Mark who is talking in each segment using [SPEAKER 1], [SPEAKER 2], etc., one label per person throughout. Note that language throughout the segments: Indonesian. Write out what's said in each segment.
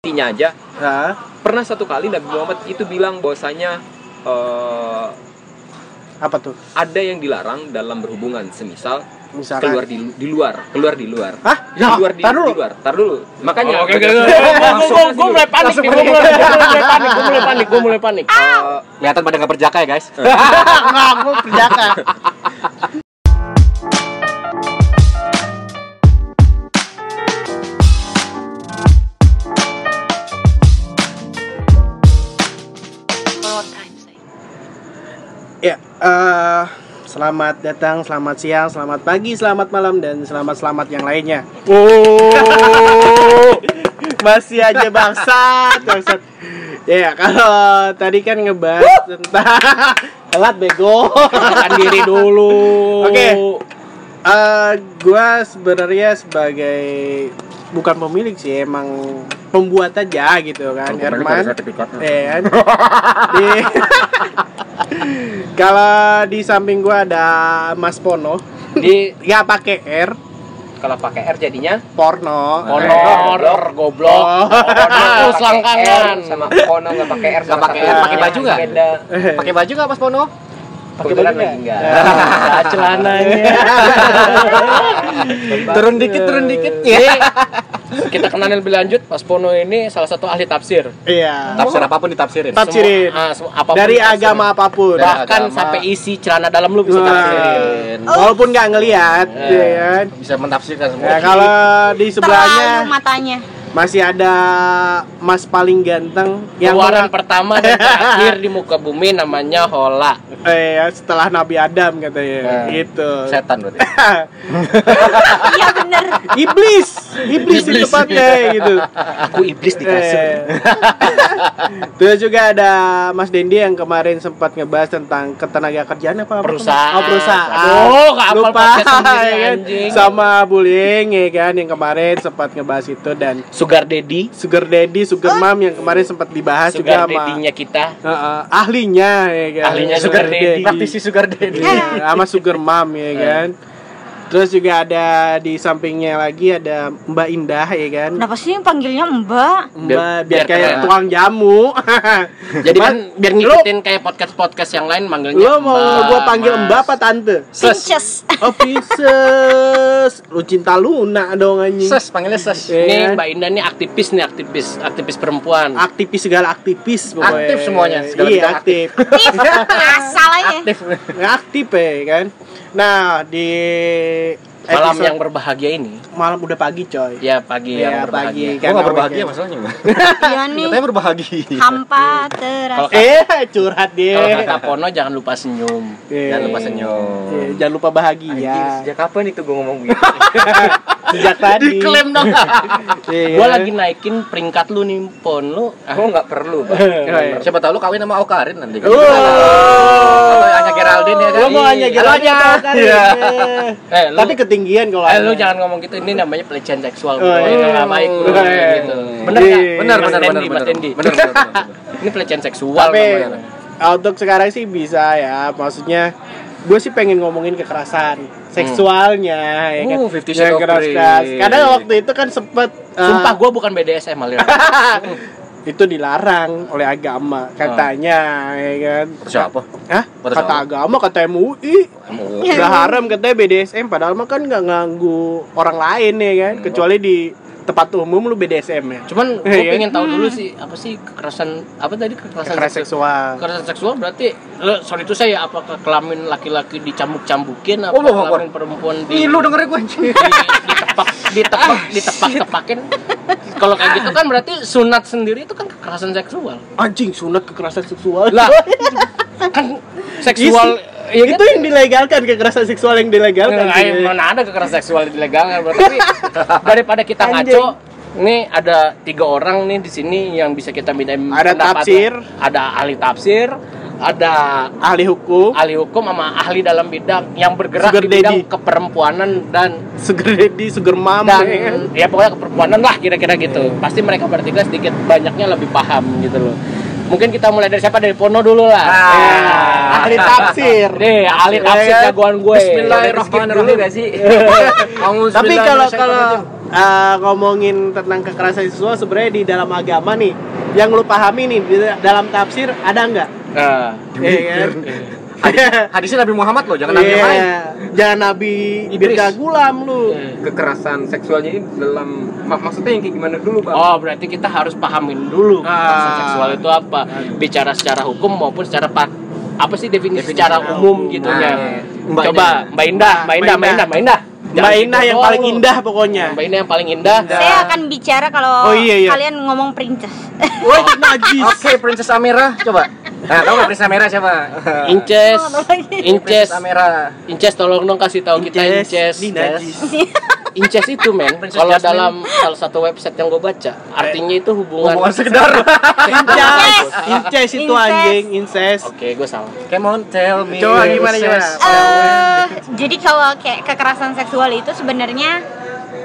[SPEAKER 1] nabinya aja
[SPEAKER 2] Hah?
[SPEAKER 1] pernah satu kali Nabi Muhammad itu bilang bahwasanya eh,
[SPEAKER 2] apa tuh?
[SPEAKER 1] ada yang dilarang dalam berhubungan semisal
[SPEAKER 2] Misalkan
[SPEAKER 1] keluar di, di luar keluar di luar
[SPEAKER 2] Hah?
[SPEAKER 1] keluar di,
[SPEAKER 2] Tar dulu.
[SPEAKER 1] di luar tar dulu makanya
[SPEAKER 3] Oh,
[SPEAKER 4] Oke, oke,
[SPEAKER 1] bagaimana-
[SPEAKER 4] oke.
[SPEAKER 1] Langsung
[SPEAKER 3] Gue
[SPEAKER 1] aja
[SPEAKER 3] gue
[SPEAKER 1] dulu.
[SPEAKER 3] mulai panik
[SPEAKER 2] Langsung
[SPEAKER 3] nih, gue mulai gua mulai panik, gue mulai panik, gue mulai panik.
[SPEAKER 1] Eh,
[SPEAKER 5] Kelihatan pada nggak perjaka ya guys.
[SPEAKER 2] Eh, Enggak, gue perjaka. Ya, eh, selamat datang, selamat siang, selamat pagi, selamat malam dan selamat-selamat yang lainnya.
[SPEAKER 3] Oh,
[SPEAKER 2] Masih aja bangsat, bangsat. Ya, kalau tadi kan ngebahas tentang telat bego.
[SPEAKER 3] makan diri dulu.
[SPEAKER 2] Oke. Eh, gua sebenarnya sebagai bukan pemilik sih, emang pembuat aja gitu kan, Herman. Ya kan? Di- Kalau di samping gua ada Mas Pono,
[SPEAKER 3] Di
[SPEAKER 2] ya pakai R,
[SPEAKER 3] kalau pakai R jadinya
[SPEAKER 2] porno. Eh,
[SPEAKER 3] honor, goblok. Honor, Oh, selangkangan.
[SPEAKER 1] sama kono nggak pakai r
[SPEAKER 5] Nggak pakai
[SPEAKER 2] R,
[SPEAKER 5] pakai baju nggak?
[SPEAKER 1] beda
[SPEAKER 5] Pakai baju nggak Mas Pono?
[SPEAKER 2] Pakai
[SPEAKER 1] kebetulan
[SPEAKER 2] baju
[SPEAKER 1] lagi
[SPEAKER 2] nggak?
[SPEAKER 1] nggak
[SPEAKER 3] Ada celananya.
[SPEAKER 5] Turun dikit, turun dikit.
[SPEAKER 3] Jadi, kita kenalin lebih lanjut, Mas Pono ini salah satu ahli tafsir.
[SPEAKER 2] Iya.
[SPEAKER 5] Tafsir apapun ditafsirin.
[SPEAKER 2] Tap- Tafsirin.
[SPEAKER 3] Semua- ah, semua- apapun
[SPEAKER 2] Dari
[SPEAKER 3] ditafsirin.
[SPEAKER 2] agama apapun.
[SPEAKER 5] Dari
[SPEAKER 3] bahkan
[SPEAKER 5] agama.
[SPEAKER 3] sampai isi celana dalam lu bisa
[SPEAKER 2] Wah.
[SPEAKER 3] tafsirin. Eh,
[SPEAKER 2] Walaupun nggak ngelihat, ya kan?
[SPEAKER 5] Bisa mentafsirkan
[SPEAKER 2] Ya,
[SPEAKER 5] semua.
[SPEAKER 2] kalau di
[SPEAKER 6] terlalu
[SPEAKER 2] sebelahnya
[SPEAKER 6] matanya
[SPEAKER 2] masih ada Mas paling ganteng yang
[SPEAKER 3] Keluaran pertama dan terakhir di muka bumi namanya Hola.
[SPEAKER 2] eh, ya, setelah Nabi Adam katanya.
[SPEAKER 3] Eh,
[SPEAKER 5] Nah.
[SPEAKER 2] Gitu.
[SPEAKER 5] Setan berarti.
[SPEAKER 6] iya bener
[SPEAKER 2] Iblis, iblis, itu
[SPEAKER 5] Iblis.
[SPEAKER 2] tepatnya gitu.
[SPEAKER 5] Aku iblis di kasur.
[SPEAKER 2] Eh. Terus juga ada Mas Dendi yang kemarin sempat ngebahas tentang ketenaga kerjaan apa apa?
[SPEAKER 3] Perusahaan.
[SPEAKER 2] Oh, perusahaan.
[SPEAKER 3] Aduh, nggak hafal
[SPEAKER 2] Lupa,
[SPEAKER 3] podcast sendiri,
[SPEAKER 2] ya kan?
[SPEAKER 3] anjing.
[SPEAKER 2] Sama bullying ya kan yang kemarin sempat ngebahas itu dan
[SPEAKER 3] Sugar Daddy,
[SPEAKER 2] Sugar Daddy, Sugar Mom yang kemarin sempat dibahas
[SPEAKER 3] Sugar
[SPEAKER 2] Ah, juga sama
[SPEAKER 3] Daddy-nya kita.
[SPEAKER 2] Heeh, ahlinya ya kan.
[SPEAKER 3] Ahlinya Sugar Daddy.
[SPEAKER 5] Praktisi sugar daddy.
[SPEAKER 2] Iya, sama Sugar Mom ya kan. Terus juga ada di sampingnya lagi ada Mbak Indah ya kan.
[SPEAKER 6] kenapa sih panggilnya mbak
[SPEAKER 2] Mbak biar,
[SPEAKER 3] Biar- biar
[SPEAKER 2] kayak
[SPEAKER 3] keren.
[SPEAKER 2] tukang jamu.
[SPEAKER 3] Jadi
[SPEAKER 2] Mbak,
[SPEAKER 3] kan biar ngikutin kayak podcast-podcast yang lain manggilnya
[SPEAKER 2] lo mau
[SPEAKER 3] Mbak,
[SPEAKER 2] gua panggil
[SPEAKER 3] Mas.
[SPEAKER 2] Mbak apa tante?
[SPEAKER 6] Pinches
[SPEAKER 2] Oh, Pisces. Lu cinta Luna dong anjing.
[SPEAKER 5] Ses, panggilnya ses.
[SPEAKER 2] Ya
[SPEAKER 3] Ini
[SPEAKER 2] kan?
[SPEAKER 3] Mbak Indah nih aktivis nih, aktivis, aktivis perempuan.
[SPEAKER 2] aktivis segala aktivis pokoknya.
[SPEAKER 5] Aktif semuanya, segala
[SPEAKER 2] iya
[SPEAKER 5] bidang
[SPEAKER 2] aktif
[SPEAKER 6] Ih, asal aja
[SPEAKER 5] Aktif.
[SPEAKER 2] aktif ya kan nah di eh,
[SPEAKER 3] Malam
[SPEAKER 2] episode-
[SPEAKER 3] yang berbahagia ini.
[SPEAKER 2] malam udah pagi coy
[SPEAKER 3] Ya pagi
[SPEAKER 2] Iya, pagi.
[SPEAKER 3] yang berbahagia.
[SPEAKER 5] Gua
[SPEAKER 2] Karena
[SPEAKER 5] nggak berbahagia
[SPEAKER 2] weekend.
[SPEAKER 5] masalahnya.
[SPEAKER 6] iya
[SPEAKER 5] Katanya
[SPEAKER 6] nih
[SPEAKER 5] berbahagia.
[SPEAKER 6] hampa terasa
[SPEAKER 2] eh curhat dia
[SPEAKER 3] Kalau kata Pono jangan lupa senyum.
[SPEAKER 2] Iya.
[SPEAKER 5] Jangan lupa senyum.
[SPEAKER 2] Iya, jangan lupa bahagia
[SPEAKER 1] Anjir, sejak kapan itu gue ngomong gitu
[SPEAKER 2] sejak tadi
[SPEAKER 3] Diklaim dong.
[SPEAKER 2] Iya.
[SPEAKER 3] Gua lagi naikin peringkat lu nih Pon lu.
[SPEAKER 1] gue nggak perlu Pak.
[SPEAKER 2] Iya.
[SPEAKER 5] Siapa tahu lu kawin sama Okarin nanti. kan?
[SPEAKER 2] Wow.
[SPEAKER 5] Atau Anya Geraldine ya kan?
[SPEAKER 2] Lo Oh. mau
[SPEAKER 1] Iya.
[SPEAKER 2] hanya
[SPEAKER 5] Halo,
[SPEAKER 2] Geraldine
[SPEAKER 5] Anya.
[SPEAKER 2] atau Karin?
[SPEAKER 5] Iya.
[SPEAKER 2] Iya.
[SPEAKER 3] Eh lu,
[SPEAKER 2] Tapi ketinggian kalau
[SPEAKER 3] eh,
[SPEAKER 2] Anya.
[SPEAKER 3] lu jangan ngomong gitu. Ini namanya pelecehan seksual.
[SPEAKER 2] Iya. Oh,
[SPEAKER 3] Bro. Ini
[SPEAKER 2] iya.
[SPEAKER 3] nggak baik bro.
[SPEAKER 2] Iya.
[SPEAKER 3] gitu. Bener nggak?
[SPEAKER 2] Iya.
[SPEAKER 5] Benar,
[SPEAKER 3] Mas
[SPEAKER 5] benar, benar,
[SPEAKER 3] Dendi, Mas
[SPEAKER 5] benar.
[SPEAKER 3] Dendi.
[SPEAKER 5] Benar, benar, benar.
[SPEAKER 3] Ini pelecehan seksual
[SPEAKER 2] Tapi eh,
[SPEAKER 3] namanya.
[SPEAKER 2] untuk sekarang sih bisa ya. Maksudnya gue sih pengen ngomongin kekerasan seksualnya ya kan.
[SPEAKER 5] Uh, Fifty Shades
[SPEAKER 2] Yang
[SPEAKER 5] of Grey.
[SPEAKER 2] keras-keras. Karena waktu itu kan sempet eh,
[SPEAKER 3] Sumpah gua bukan BDSM Alir.
[SPEAKER 2] itu dilarang oleh agama katanya ya kan.
[SPEAKER 5] Siapa?
[SPEAKER 2] Hah?
[SPEAKER 5] Kata
[SPEAKER 2] Kata
[SPEAKER 5] siapa?
[SPEAKER 2] agama kata MUI
[SPEAKER 5] Emang
[SPEAKER 2] udah haram katanya BDSM padahal mah kan nggak nganggu orang lain ya kan kecuali di tempat umum lu BDSM ya
[SPEAKER 3] Cuman gue
[SPEAKER 2] Iya.
[SPEAKER 3] pengen tahu dulu sih apa sih kekerasan apa tadi kekerasan,
[SPEAKER 2] kekerasan seksual
[SPEAKER 3] Kekerasan seksual berarti eh, sorry itu saya apa ke- kelamin laki-laki dicambuk-cambukin apa
[SPEAKER 5] Oh, Allah,
[SPEAKER 3] kelamin perempuan di
[SPEAKER 5] Ih, lu dengerin gue anjing.
[SPEAKER 3] ditepak ditepak ditepak tepakin kalau kayak gitu kan berarti sunat sendiri itu kan kekerasan seksual
[SPEAKER 2] anjing sunat kekerasan seksual
[SPEAKER 3] lah kan seksual ya
[SPEAKER 2] itu
[SPEAKER 3] kan?
[SPEAKER 2] yang dilegalkan kekerasan seksual yang dilegalkan iya.
[SPEAKER 3] Nggak,
[SPEAKER 2] sih.
[SPEAKER 3] eh, mana ada kekerasan seksual di legal tapi daripada kita ngaco ini ada tiga orang nih di sini yang bisa kita minta
[SPEAKER 2] Ada tafsir.
[SPEAKER 3] ada ahli tafsir ada
[SPEAKER 2] ahli hukum
[SPEAKER 3] ahli hukum sama ahli dalam bidang yang bergerak
[SPEAKER 2] Sugar
[SPEAKER 3] di bidang
[SPEAKER 2] daddy.
[SPEAKER 3] keperempuanan dan
[SPEAKER 2] sugar daddy sugar mom
[SPEAKER 3] dan
[SPEAKER 2] ya kan?
[SPEAKER 3] ya pokoknya keperempuanan lah kira-kira gitu pasti mereka bertiga sedikit banyaknya lebih paham gitu loh mungkin kita mulai dari siapa dari Pono dulu lah
[SPEAKER 2] Eh, ahli tafsir
[SPEAKER 3] Nih, ahli tafsir
[SPEAKER 2] Eh,
[SPEAKER 3] jagoan gue
[SPEAKER 1] Boleh di skip dulu
[SPEAKER 5] Bismillahirrahmanirrahim.
[SPEAKER 1] nggak sih
[SPEAKER 5] Kamu
[SPEAKER 2] tapi
[SPEAKER 5] sembilan,
[SPEAKER 2] kalau
[SPEAKER 5] saya
[SPEAKER 2] kalau
[SPEAKER 5] pernah-
[SPEAKER 2] eh, ngomongin tentang kekerasan seksual sebenarnya di dalam agama nih yang lu pahami nih di dalam tafsir ada nggak?
[SPEAKER 3] Nah,
[SPEAKER 2] Iya kan?
[SPEAKER 5] Hadisnya Nabi Muhammad loh, jangan Nabi yang lain.
[SPEAKER 2] Iya. Jangan Nabi
[SPEAKER 1] Idris.
[SPEAKER 2] Birka Gulam lu.
[SPEAKER 1] kekerasan seksualnya ini dalam mak- maksudnya yang kayak gimana dulu pak?
[SPEAKER 3] Oh, berarti kita harus pahamin dulu kekerasan
[SPEAKER 2] Ah.
[SPEAKER 3] seksual itu apa. Bicara secara hukum maupun secara pak apa sih definisi, secara umum gitunya.
[SPEAKER 5] Mbak
[SPEAKER 3] Coba Mbak Indah, Mbak Indah, Mbak Indah, Mbak Indah.
[SPEAKER 2] Mbak
[SPEAKER 3] Jangan
[SPEAKER 2] Indah
[SPEAKER 3] gitu
[SPEAKER 2] yang
[SPEAKER 3] doang
[SPEAKER 2] paling
[SPEAKER 3] lu.
[SPEAKER 2] indah pokoknya.
[SPEAKER 3] Mbak Indah yang paling indah.
[SPEAKER 6] Saya akan bicara kalau
[SPEAKER 2] Oh, iya, iya.
[SPEAKER 6] kalian ngomong Eh, princess.
[SPEAKER 2] Wah, najis.
[SPEAKER 5] Oke, Princess Amira, coba. Nah, tahu nggak Princess Amira siapa?
[SPEAKER 3] Inces,
[SPEAKER 6] Oh, apalagi.
[SPEAKER 3] Inces,
[SPEAKER 5] Princess Amira.
[SPEAKER 3] Inces tolong dong kasih tahu kita Inces.
[SPEAKER 2] Ini najis.
[SPEAKER 3] Inces itu men,
[SPEAKER 5] Princess
[SPEAKER 3] kalau
[SPEAKER 5] Jasmine.
[SPEAKER 3] dalam salah satu website yang gue baca, artinya itu hubungan.
[SPEAKER 5] Hubungan sekedar.
[SPEAKER 2] Incest, incest itu
[SPEAKER 6] Incest.
[SPEAKER 2] anjing, incest.
[SPEAKER 3] Oke, gue salah.
[SPEAKER 5] Come on, tell me.
[SPEAKER 2] Coba gimana, gimana?
[SPEAKER 6] eh
[SPEAKER 2] gitu.
[SPEAKER 6] jadi kalau kayak kekerasan seksual itu sebenarnya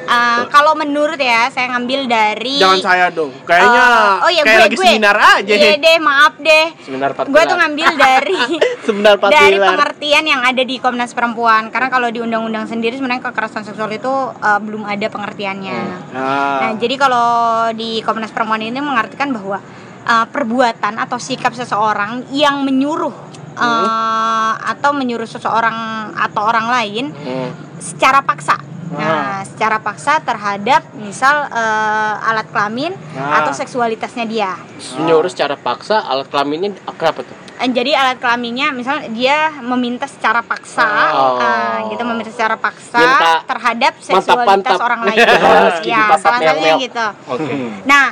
[SPEAKER 6] eh, kalau menurut ya saya ngambil dari
[SPEAKER 2] Jangan saya dong. Kayaknya
[SPEAKER 6] Eh, oh iya,
[SPEAKER 2] kayak
[SPEAKER 6] gue,
[SPEAKER 2] lagi
[SPEAKER 6] gue.
[SPEAKER 2] seminar aja.
[SPEAKER 6] Iya deh, maaf deh.
[SPEAKER 3] Seminar empat
[SPEAKER 6] Gue tuh
[SPEAKER 3] pilar.
[SPEAKER 6] ngambil dari
[SPEAKER 2] Seminar empat
[SPEAKER 6] dari
[SPEAKER 2] pilar.
[SPEAKER 6] pengertian yang ada di Komnas Perempuan. Karena kalau di undang-undang sendiri sebenarnya kekerasan seksual itu eh, belum ada pengertiannya. Nah,
[SPEAKER 2] Ah.
[SPEAKER 6] jadi kalau di Komnas Perempuan ini mengartikan bahwa uh, perbuatan atau sikap seseorang yang menyuruh
[SPEAKER 2] Hmm.
[SPEAKER 6] uh, atau menyuruh seseorang atau orang lain
[SPEAKER 3] Hmm.
[SPEAKER 6] secara paksa. Nah,
[SPEAKER 2] Ah.
[SPEAKER 6] secara paksa terhadap misal uh, alat kelamin
[SPEAKER 2] Ah.
[SPEAKER 6] atau seksualitasnya dia.
[SPEAKER 3] Nyuruh secara paksa alat kelaminnya apa tuh?
[SPEAKER 6] Eh, Jadi alat kelaminnya misal dia meminta secara paksa
[SPEAKER 3] Oh.
[SPEAKER 6] eh, gitu meminta secara paksa
[SPEAKER 3] Minta
[SPEAKER 6] terhadap seksualitas
[SPEAKER 3] mantap-mantap.
[SPEAKER 6] orang lain.
[SPEAKER 3] Gitu,
[SPEAKER 6] ya,
[SPEAKER 3] mantap,
[SPEAKER 6] salah satunya
[SPEAKER 3] mel-mel.
[SPEAKER 6] gitu.
[SPEAKER 3] Oke.
[SPEAKER 2] hmm.
[SPEAKER 6] Nah,